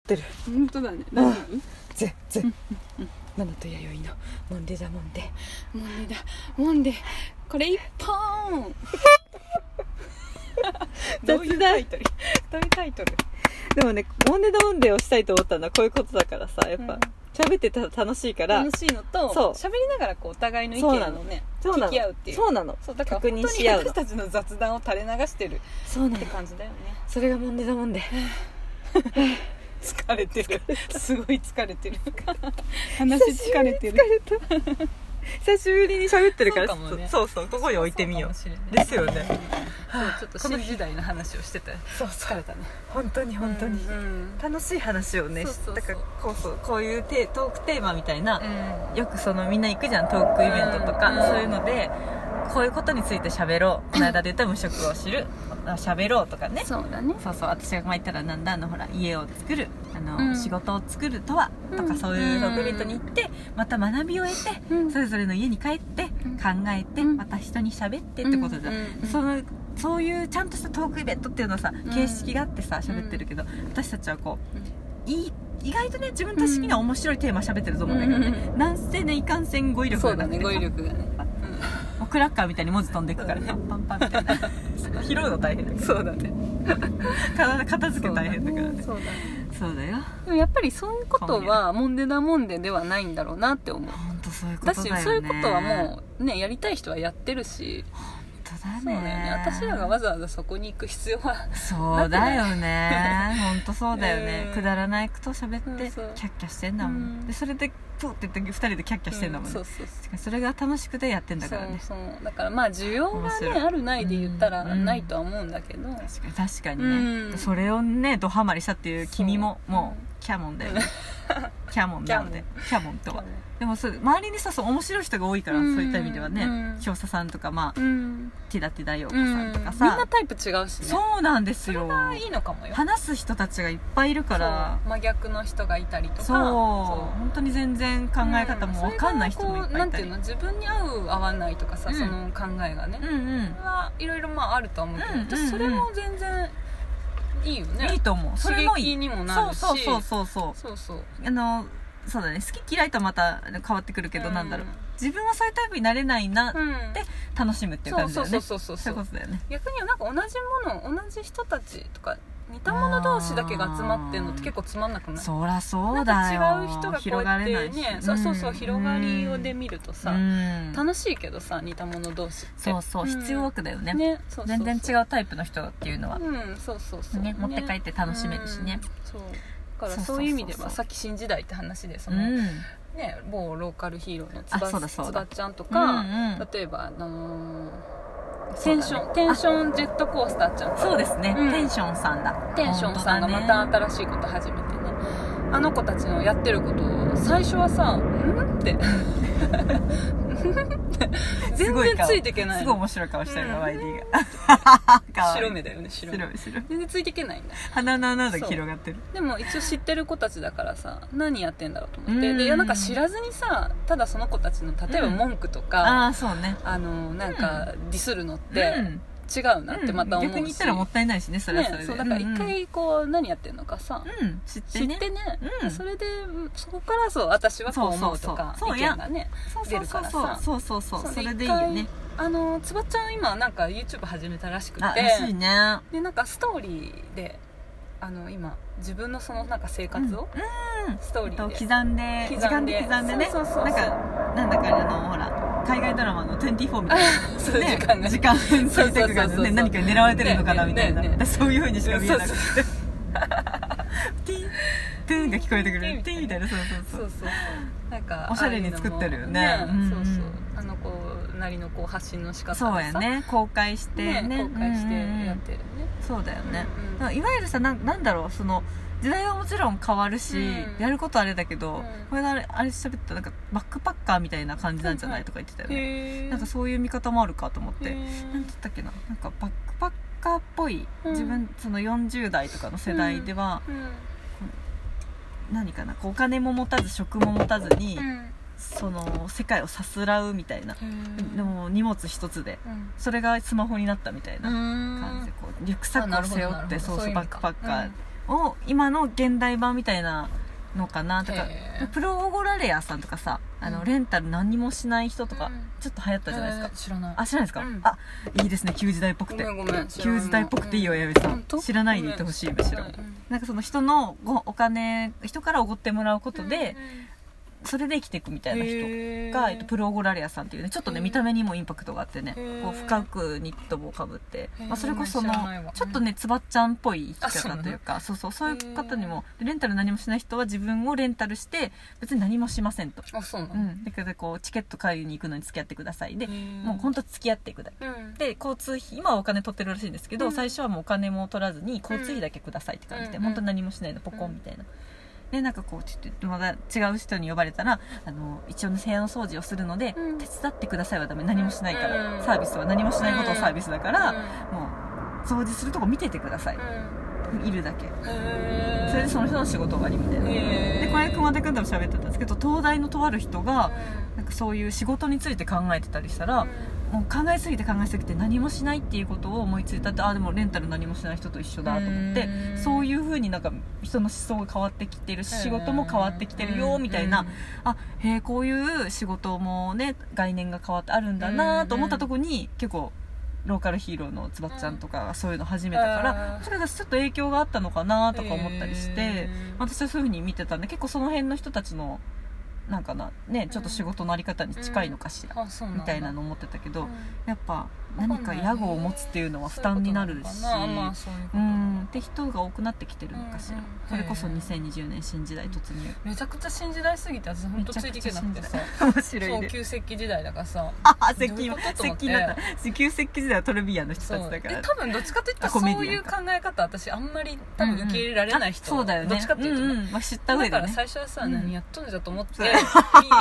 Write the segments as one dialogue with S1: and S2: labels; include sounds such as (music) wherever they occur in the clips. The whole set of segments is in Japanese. S1: ってる
S2: 本当だね大丈
S1: 全
S2: 夫
S1: 然マナと弥生のモンデだモンデ
S2: もんでだもんでこれ一本どういうタイトルどういうタイトル
S1: でもねモンデだモンデをしたいと思ったのはこういうことだからさやっ
S2: う
S1: ぱ
S2: ん
S1: 喋、ってたら楽しいから
S2: 楽しいのと
S1: そう
S2: 喋りながらこうお互いの意
S1: そう
S2: 見
S1: な
S2: の
S1: の
S2: ね
S1: そうな
S2: 聞
S1: の
S2: き合うっていう
S1: そうなの
S2: そうだから
S1: 確
S2: 本当
S1: 認
S2: に
S1: し合うの
S2: 私たちの雑談を垂れ流してるっ
S1: そうなの
S2: て感じだよね
S1: それがモンデだモ
S2: (laughs)
S1: ンデ
S2: 疲れてるすごい疲れ
S1: (laughs)
S2: てる話疲れてる
S1: 久しぶりに喋ってるから
S2: そうかもね
S1: そうそうここに置いてみよう
S2: そうかもしれない
S1: ですよね
S2: そうちょっと新時代の話をしてた
S1: そう
S2: 疲れたね
S1: 本当に本当に、
S2: うんうん
S1: 楽しい話をね
S2: そうそうそう
S1: だからこうそうこういうテートークテーマみたいな、
S2: う
S1: よくそのみんな行くじゃんトークイベントとか、
S2: うん
S1: そういうのでこういうことについて喋ろうこの間で言った無職を知るあ喋ろうとかね
S2: んそうだね
S1: そうそう私が前言ったらなんだあのほら家を作るあの、
S2: うん
S1: 仕事を作るとはとか、
S2: うん
S1: そういうログリットに行ってまた学びを得て、
S2: うん
S1: それぞれの家に帰って、
S2: うん
S1: 考えて、
S2: うん
S1: また人に喋ってってことじゃん、
S2: うんうんうん
S1: そのそういうちゃんとしたトークイベントっていうのはさ
S2: ん
S1: 形式があってさ喋ってるけど、私たちはこういい意外とね自分たちには面白いテーマ喋ってると思うんだけどね、
S2: うん
S1: なんせねいかんせん語彙力
S2: そう
S1: が
S2: だ
S1: なく
S2: ね
S1: て
S2: 語彙力がね
S1: もうクラッカーみたいに文字飛んでいくからねパンパンパンみたいな拾うの大変だけど
S2: うだね
S1: 体片付け大変だからね
S2: そうだね
S1: そうだよ
S2: でもやっぱりそういうことはもんでだもんでではないんだろうなって思う
S1: 本当そういうこと
S2: だ
S1: だ
S2: し
S1: よね
S2: そういうことは
S1: 本
S2: もうねやりたい人はやってるし
S1: 当だよ
S2: そうだよね私らがわざわざそこに行く必要は
S1: そうだよ
S2: (laughs)
S1: ね本当そうだよ
S2: う
S1: ね
S2: ん
S1: くだらないこと喋って
S2: そうそう
S1: キャッキャしてんだも
S2: うん
S1: んでそれでプーって言って2人でキャッキャしてんだもん
S2: そ
S1: ね
S2: うそうそう
S1: 確かにそれが楽しくてやってんだからね
S2: そうそうだからまあ需要
S1: 面
S2: がね
S1: 白い
S2: あるないで言ったら
S1: うん
S2: ないとは思うんだけど、
S1: 確かに確かに
S2: う
S1: ね
S2: ん
S1: それをねドハマりしたっていう君も
S2: そう
S1: もうキャモンだよねキャモンなの
S2: (laughs)
S1: でキャモンとはでもそう周りにさそう面白い人が多いから
S2: う
S1: そうんいった意味では
S2: う
S1: ね
S2: ん
S1: 京佐さんとかまあ
S2: うん
S1: 木立大陽子さんとか
S2: みんな
S1: さ
S2: タイプ違うしね
S1: そうなんですよ
S2: れがいいのかもよ
S1: 話す人たちがいっぱいいるから
S2: そう真逆の人がいたりとか
S1: そう本当に全然考え方も分かんない人もいっぱいいたり、
S2: うんそれがこうなんていうの自分に合う合わないとかさ、
S1: うん
S2: その考えがね、
S1: うんうん
S2: それはいろいろまああるとは思うけ
S1: う
S2: ど、
S1: んうんうん
S2: 私それも全然いいよね
S1: いいと思うそれもい
S2: 刺激
S1: い
S2: にもな
S1: そ
S2: る
S1: う
S2: し
S1: そうそうそうそ
S2: そうそう
S1: うあのそうだね好き嫌いとまたあの変わってくるけど、
S2: うん
S1: なんだろう自分はそういうタイプになれないな、
S2: うん
S1: で楽しむっていう感じだよね
S2: そうそうそうそ
S1: そうういうことだよね
S2: 逆になんか同じもの同じ人たちとか似たもの同士だけが集まってんのって結構つまんなくない
S1: そらそうだよ
S2: なんか違う人がこう
S1: 広が
S2: やっ
S1: れな
S2: て
S1: いし
S2: ねそうそうそう広がりをで
S1: み
S2: 見ると
S1: う
S2: さ
S1: ん
S2: 楽しいけどさ似たもの同士って
S1: そうそう、
S2: ん
S1: 必要枠だよね
S2: ねそうそう
S1: 全然
S2: う
S1: 違うタイプの人っていうのは、
S2: うんそうそうそう
S1: ね持って帰って楽しめるしね
S2: うんそうだから
S1: そうそうそうそう
S2: そういう意味ではさっき新時代って話でその
S1: うん
S2: ね某ローカルヒーローのつ
S1: あそうだそうだ
S2: ばちゃんとか
S1: うんうん
S2: 例えばあのー
S1: そ
S2: テ
S1: うだね
S2: ンションテンションジェットコースターちゃん
S1: そうですね、
S2: うん
S1: テンションさんだ
S2: テンションさんがまた
S1: 本
S2: 新しいこと始めてねあの子たちのやってることを最初はさ「ん?」
S1: (laughs)
S2: って
S1: す
S2: 全
S1: ごい
S2: 然
S1: 顔
S2: ついていけ
S1: 当だね
S2: ない
S1: すごい面白い顔してる
S2: うん
S1: わ YD
S2: (laughs)
S1: がかわいい
S2: 白目だよね白目
S1: 白い白い
S2: 全然ついていけないんだ
S1: 鼻の穴が広がってる
S2: でも一応知ってる子たちだからさ何やってんだろうと思っ
S1: う
S2: て
S1: ん
S2: でいやなんか知らずにさただその子たちの例えば
S1: うん
S2: 文句とか、
S1: ああそうね
S2: あのなんかディスるのって
S1: うん
S2: 違うなってまた思うし、
S1: 逆に言ったらもったいないしねそれはそれ
S2: ね、
S1: で
S2: そうだから一
S1: うん
S2: 回こう何やってんのかさ、
S1: うん知っ
S2: 知って
S1: ね
S2: てね、
S1: うん
S2: それでそこからそう私はこう思うとか
S1: そうそうそうそう
S2: 意見がね
S1: そう
S2: 出
S1: そう
S2: るか
S1: そう
S2: ら
S1: そう
S2: さ
S1: そうそうそう
S2: そう
S1: それでいいよ
S2: 一
S1: ね
S2: 回あのつばちゃん今なんか YouTube 始めたらしくて
S1: あらしいね
S2: でなんかストーリーであの今自分のそのなんか生活を、
S1: うん
S2: ストー
S1: え
S2: リ
S1: っと
S2: ーで
S1: 刻んで時間で刻んでね
S2: そうそうそう
S1: なんかなんだかあのほら海外ドラマの24みたいな
S2: そう
S1: ね
S2: 時間が
S1: 時間
S2: そ
S1: そうう
S2: そうそうそう
S1: ね何かに狙われてるのかな
S2: ね
S1: みたいな、
S2: ねねね
S1: そういうふうにしか見えなくて
S2: そう
S1: ティンティンが聞こえてくるティ
S2: ティン
S1: ンみ
S2: みた
S1: た
S2: い
S1: いなそうそ
S2: そ
S1: そ
S2: う
S1: う
S2: うそうなんか
S1: おしゃれに作ってるよね
S2: ああいうのもね
S1: うんうん
S2: そうそうあのこうなりのこう発信の仕方
S1: そう
S2: で
S1: や
S2: さ
S1: ね公開してね
S2: ね公開してや
S1: う
S2: っ
S1: ん
S2: てるね
S1: そうだよね、
S2: うん
S1: だからいわゆるさなんなんだろうその時代はもちろん変わるし、
S2: うん
S1: やることあれだけど、
S2: うん
S1: これあれあれ喋ったなんかバックパッカーみたいな感じなんじゃない、
S2: はいはい
S1: とか言ってたよね
S2: へえ
S1: なんかそういう見方もあるかと思って、なんだったっけななんかバックパッカーっぽい、
S2: うん
S1: 自分その40代とかの世代では、何かなこうお金も持たず職も持たずに、その世界をさすらうみたいな、でも荷物一つで
S2: うん
S1: それがスマホになったみたいな
S2: 感
S1: 感じでこうリュックサックを背負って
S2: あなるほど
S1: そう
S2: な
S1: そ
S2: るほどそういう
S1: う
S2: 意
S1: バッ
S2: 味か
S1: クパッカーを今の現代版みたいなのかなとか
S2: へー
S1: プロオゴラレアさんとかさあの、
S2: うん
S1: レンタル何にもしない人とか、
S2: うん
S1: ちょっと流行ったじゃないですか、
S2: えー知らない
S1: あ知らないですか、
S2: うん
S1: あいいですね旧時代っぽく
S2: ご
S1: て
S2: めんごめん
S1: 旧時代っぽくていいよ矢部さん知らないでいてほしいむしろなんかその人のごお金人からおごってもらうことで、それで生きていくみたいな人
S2: 人
S1: が、えっと、プロオゴラレアさんっていうねちょっとね
S2: うん
S1: 見た目にもインパクトがあってね
S2: へー
S1: こう深くニット帽をかぶって、
S2: へー
S1: まあ、それこそ
S2: 知
S1: の
S2: らないわ
S1: ちょっとねつばっちゃんっぽい生
S2: あ
S1: き
S2: そう
S1: 方
S2: なの
S1: というかそうそうそういう方にもでレンタル何もしない人は自分をレンタルして別に何もしませんと、
S2: あそうな
S1: う
S2: の
S1: ん、だからこうチケット買いに行くのに付き合ってくださいでもう本当付き合ってください
S2: 当うん
S1: で交通費今はお金取ってるらしいんですけど、
S2: うん
S1: 最初はもうお金も取らずに交通費だけくださいって感じで、
S2: うん
S1: 本当に何もしないのポコンみたいな、でなんかこうちょっとまだ違う人に呼ばれたらあの一応の部屋の掃除をするので、
S2: うん
S1: 手伝ってくださいはダメ何もしないから、
S2: うん
S1: サービスは何もしないことをサービスだから、
S2: う
S1: もう掃除するとこ見ててください
S2: ん、うん
S1: いるだけ
S2: へー
S1: それでその人の仕事終わりみたいな、
S2: へー
S1: でこれ熊手君とも喋ってたんですけど東大のとある人が、なんかそういう仕事について考えてたりしたら、もう考えすぎて考えすぎて何もしないっていうことを思いついたってああでもレンタル何もしない人と一緒だと思って
S2: うん
S1: そういう風になんか人の思想が変わってきてるし仕事も変わってきてるよみたいなあへえこういう仕事もね概念が変わってあるんだなと思ったとこに結構ローカルヒーローのつばっちゃんとかがそういうの始めたから
S2: うん
S1: それがちょっと影響があったのかなとか思ったりして
S2: うん
S1: 私はそういう風に見てたんで結構その辺の人たちのなんかなねちょっと仕事のあり方に近いのかしら
S2: あそうなん
S1: み
S2: だ
S1: たいなの思ってたけど
S2: うん
S1: やっぱ何か屋号を持つっていうのは負担になるし
S2: そういうことなのかなまあそういうこ
S1: う
S2: と
S1: んって人が多くなってきてるのかしら、
S2: うんうん
S1: それこそ
S2: へえ
S1: 2020年新時代突入
S2: めちゃくちゃ新時代すぎて私本当ついていけなくてさ
S1: 面白い (laughs)
S2: そう
S1: ね
S2: 旧石器時代だからさ
S1: ああ石
S2: どうい
S1: 器
S2: うことと
S1: 石
S2: 思って
S1: 器だった石器石器時代はトルビアの人
S2: そ
S1: た
S2: う
S1: ちだ
S2: え
S1: から
S2: 多分どっちかといったら
S1: コ
S2: そう
S1: メディアン
S2: いう考え方私あんまり多分受け入れられない人、
S1: うんうんあそうだよね
S2: どっちかっていうとね、
S1: んんまあ、知った上
S2: だ
S1: で
S2: か
S1: ね
S2: ら
S1: (laughs)
S2: 最初はさ、
S1: うん
S2: 何やっとんじゃと思って
S1: そう
S2: 見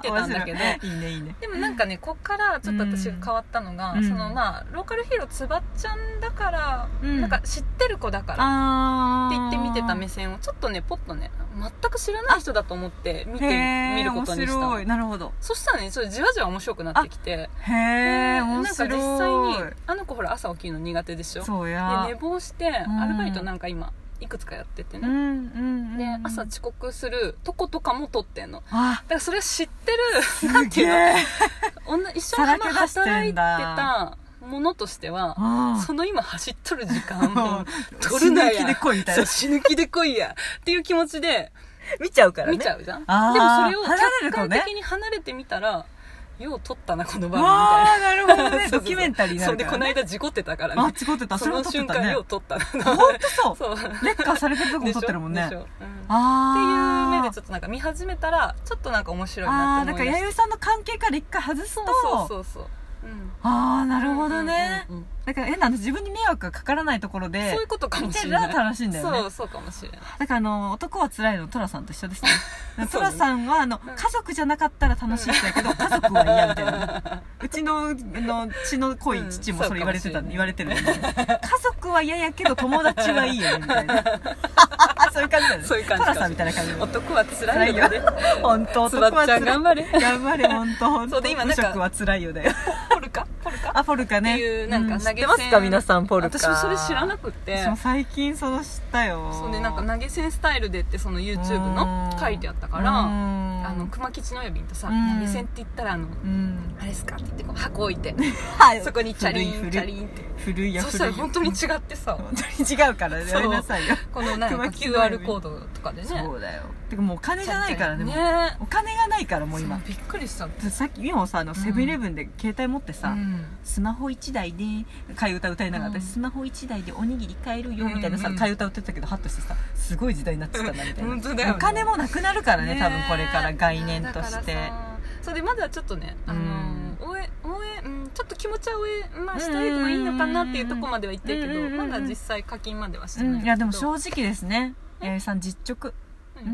S2: てたんだけど
S1: いいねいいね
S2: でもなんかねこっからちょっと私が変わったのが、
S1: うん
S2: そのまあローカルヒーローつばっちゃんだから、
S1: うん
S2: なんか知ってる子だから
S1: あ
S2: って
S1: ー
S2: 言って見てた目線をちょっとねポッとね全く知らない人だと思って見て
S1: へー
S2: 見ること
S1: 面
S2: にした
S1: 白いなるほど
S2: そしたらねそれじわじわ面白くなってきて
S1: へえ
S2: な
S1: 面
S2: んか
S1: 白い
S2: 実際にあの子ほら朝起きるの苦手でしょ
S1: そうや
S2: で寝坊して
S1: ん
S2: アルバイトなんか今いくつかやってて
S1: う
S2: ね、
S1: んうんうん
S2: で朝遅刻するとことかも撮ってんのだ
S1: あ
S2: からそれ知って
S1: す
S2: る
S1: げ
S2: なんていうの
S1: え
S2: 女一生
S1: さら
S2: 懸
S1: け出
S2: 命
S1: して
S2: 働
S1: ん
S2: いて
S1: だ
S2: たものとしては
S1: あー
S2: その今走っとる時間も取
S1: 死
S2: るな
S1: ぬ
S2: や
S1: 気で来いみたい
S2: そ
S1: な
S2: う死ぬ気で来いやっていう気持ちで
S1: 見ちゃうからね
S2: 見ちゃうじゃん、
S1: あー
S2: でもそれを
S1: 離れる
S2: 客
S1: と
S2: 観
S1: ね
S2: 的に離れてみたら、よう撮ったなこの場面み
S1: わあなるほど
S2: たい
S1: ね
S2: な
S1: ドキュメンタリーにな
S2: (laughs) そう
S1: る
S2: で
S1: か
S2: こ
S1: らね
S2: の間事故ってたから
S1: あ
S2: ね
S1: 違ってたそ
S2: そ
S1: れも
S2: の
S1: 撮って
S2: 瞬
S1: た
S2: 間
S1: ね
S2: よう撮ったな
S1: 本当そう
S2: そう
S1: 劣化されてるとこも撮ってるもんね
S2: でしょでしょうん
S1: あ
S2: っていう
S1: あ
S2: 目でちょっとなんか見始めたらちょっとなんか面白い
S1: あ
S2: な
S1: あ
S2: って
S1: だ
S2: 思
S1: か
S2: い
S1: ら
S2: ました
S1: 弥生さんの関係から一回外すと
S2: そうそうそうそう、うん、
S1: ああなるほどね
S2: うんうんうん
S1: だから変な話自分に迷惑がかからないところで
S2: そういうことかも
S1: 見て
S2: しれ
S1: る
S2: ない
S1: ら楽しいんだよ
S2: そ
S1: ね
S2: うそうかもしれない
S1: だからあの男は辛いのトラさんと一緒ですね
S2: (laughs)
S1: ト
S2: そうね
S1: ラさんはあの
S2: ん
S1: 家族じゃなかったら楽しいんだけど家族は嫌みたいなうちのあの血の濃い父もそれ言われてた、
S2: うん
S1: 言われてるもんね家族は嫌やけど友達はいいよねみたいなそういう感じだよね
S2: (laughs) そういう感じ
S1: トラさんみたいな感じ
S2: 男は辛いよね
S1: 本当
S2: つばっちゃん頑張れ
S1: 頑張れ本当本当
S2: そうで今なんか
S1: 無職は辛いよだよ
S2: ポルカポルカ
S1: あポルカね
S2: っていうなんか
S1: う
S2: 投
S1: 知っ
S2: げ銭
S1: てますか皆さんポルカ
S2: 私もそれ知らなくって
S1: 私も最近その知ったよ
S2: そうねなんか投げ銭スタイルでってその YouTube
S1: うん
S2: の書いてあったから
S1: う
S2: あ
S1: ん
S2: の熊吉の親便とさ
S1: うん
S2: 投げ銭って言ったらあの
S1: うん
S2: あれですかって言ってこう箱置いて
S1: はい
S2: そこにチャリ
S1: 古
S2: ン
S1: い
S2: チャリンって
S1: 古い古いや
S2: そ
S1: 古
S2: し
S1: い
S2: た
S1: よ
S2: ら本当に違ってさ
S1: 本当に違うからやめなさいよ
S2: このなんか
S1: 熊吉の親便
S2: QR コードとかでね
S1: そうだよてかもうお金じゃないからね
S2: ね
S1: もうお金がないからもう
S2: そう
S1: 今
S2: びっくりした
S1: さっき今もさあのセブンイレブンで携帯持ってさ、
S2: うん
S1: スマホ1台で替え歌歌いながら、
S2: うん
S1: 私スマホ1台でおにぎり買えるよみたいなさ、
S2: うんうん
S1: 替え歌歌ってたけどハッとしてさすごい時代になってきたなみたいな
S2: 本当だよね
S1: お金もなくなるからね
S2: ね
S1: 多分これから概念とし
S2: だ
S1: て
S2: からさそれでまだちょっとね、あのー応援応援、うん、ちょっと気持ちは応援、まあ、したいのがいいのかなっていうとこまでは言ってるけ
S1: うん
S2: ど、
S1: うんうんうん
S2: まだ実際課金まではして
S1: う
S2: ない、
S1: ん、いやでも正直ですね弥生さん実直、
S2: うん
S1: う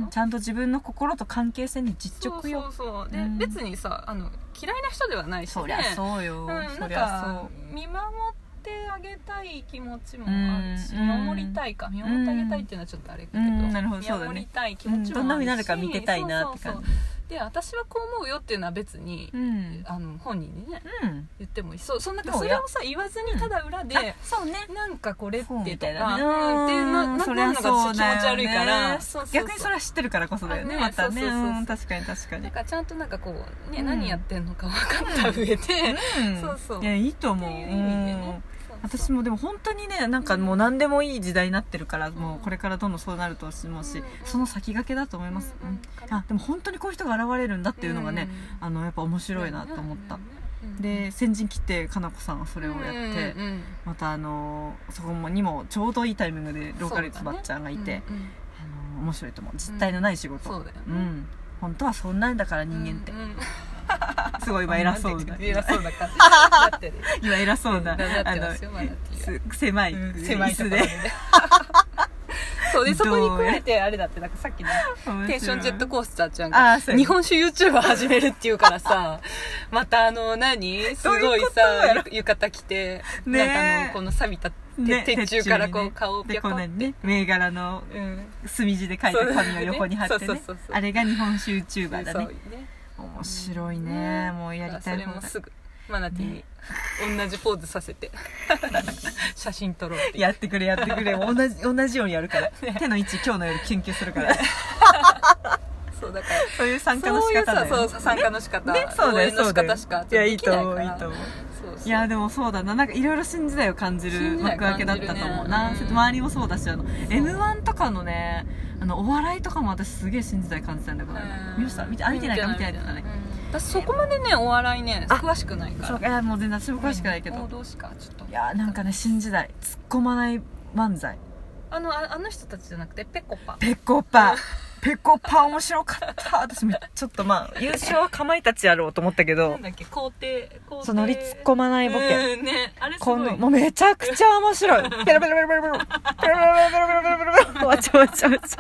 S1: んちゃんと自分の心と関係性に実
S2: そう
S1: 直
S2: そ
S1: よ
S2: うそうで、
S1: うん
S2: 別にさあの嫌いな人ではないし、ね、
S1: そりゃそうよ、
S2: うん、なん
S1: そ
S2: か
S1: りゃ
S2: 見守ってあげたい気持ちもあるし、
S1: うんうん
S2: 守りたいか見守ってあげたいっていうのはちょっとあれだけど、
S1: うんなるほどそうだね
S2: 見守りたい気持ちもあるし、
S1: うんどんな風になるか見てたいなって感じ
S2: そうそうそうで私はこう思うよっていうのは別に、
S1: うん
S2: あの本人にね
S1: うん
S2: 言ってもいいそうそんなんか
S1: そう
S2: それ
S1: や
S2: をさ言わずにただ裏で、
S1: あそうね
S2: なんかこれって
S1: そうみ
S2: と
S1: た
S2: か
S1: いなね
S2: うんっていうの
S1: うん
S2: な
S1: そり
S2: な
S1: ゃ
S2: るのが
S1: そう
S2: 気
S1: だよね
S2: 持ち悪いからそうそうそう
S1: 逆にそれは知ってるからこそだよね
S2: あね
S1: またね
S2: そうそうそうそう
S1: うん確かに確かに
S2: なんかちゃんとなんかこうね、
S1: うん
S2: 何やってんのか分かった上で、って
S1: うん
S2: そうそう
S1: いやいいと思う
S2: いう意味でね
S1: うん、私
S2: も
S1: もでも本当にねなんかもう何でもいい時代になってるから、もうこれからどんどんそうなると思うし、
S2: うん
S1: その先駆けだと思います、うんあでも本当にこういう人が現れるんだっていうのがね、あのやっぱ面白いなと思った、で先陣切ってかなこさんはそ
S2: そ
S1: れをやって、またあのそこもにもちょうどいいタイミングでローカルツバッチャーがいて、あの面白いと思う実体のない仕事、
S2: そうだよね
S1: ん本当はそんなんだから人間って、すごい今偉
S2: (laughs)
S1: そうだ
S2: 偉そうだ
S1: (laughs)
S2: からだって
S1: 今偉そうな
S2: だ
S1: あ
S2: って
S1: の
S2: ますよまだっていう
S1: す狭い椅子で
S2: (laughs) そうでそこに加えてあれだってなんかさっきのテンションジェットコースターちゃん
S1: あ
S2: が
S1: ーそうや
S2: 日本酒 YouTuber 始めるっていうか
S1: (laughs)
S2: らさまたあの何す
S1: ど
S2: ご
S1: う
S2: い
S1: いうことやろ
S2: さゆ浴衣着て
S1: ね
S2: なんかあのこの錆びた
S1: ね
S2: 鉄柱からこう
S1: ね
S2: 顔をピ
S1: で
S2: ョコ
S1: こ
S2: っ
S1: ん
S2: て
S1: なにね銘柄の
S2: うん
S1: 墨字で書いた紙を横に貼って
S2: そう
S1: ね
S2: そうそうそう
S1: あれが日本酒 YouTuber だ
S2: そう
S1: ね
S2: ね
S1: 面白いねもうやりた
S2: そ
S1: い
S2: れ
S1: 放
S2: も
S1: 題
S2: すぐマナティーに同じポーズさ
S1: (laughs)
S2: せて写真撮ろうっていう
S1: やってくれやって (laughs) くれ同じ同じようにやる (laughs) から手の位置今日の夜研究するから
S2: そうだから
S1: (laughs) そういう参加の仕方だ
S2: そうい
S1: よ
S2: うさそう参加の仕方
S1: ねそう
S2: 応
S1: だよ
S2: 援の
S1: そ
S2: 仕
S1: うだよ
S2: 方しか
S1: いやいいと思う
S2: できない
S1: い
S2: か
S1: い
S2: ら
S1: と思う
S2: そうそう
S1: いやでもそうだななんかいろいろ新時代を感じ
S2: 新
S1: る
S2: 時代
S1: 幕開けだったと思うな、
S2: 感じるね
S1: 周りもそうだしあの m 1とかのねあのお笑いとかも私すげえ新時代感じたんだけど、ね、見ました見てあ見てないか見てないとかね
S2: うん私そこまでねお笑いね
S1: あ
S2: 詳しくないから
S1: そういやもう全然私も詳しくないけ
S2: 王
S1: ど
S2: 道しかちょっと
S1: いやなんかね新時代突っ込まない漫才
S2: あのああの人たちじゃなくてペコパ
S1: ペコパペコパ面白かった私めちょっとまあ優勝はかまいたちやろうと思ったけ
S2: な
S1: ど
S2: んだっけ皇帝皇帝
S1: そう乗り突っ込まないボケ、
S2: うんねあれす
S1: こ
S2: ごい
S1: のもうめちゃくちゃ面白いペロペロペロペロペロペロペロペロペロペロペロペロペロわちゃわちゃわち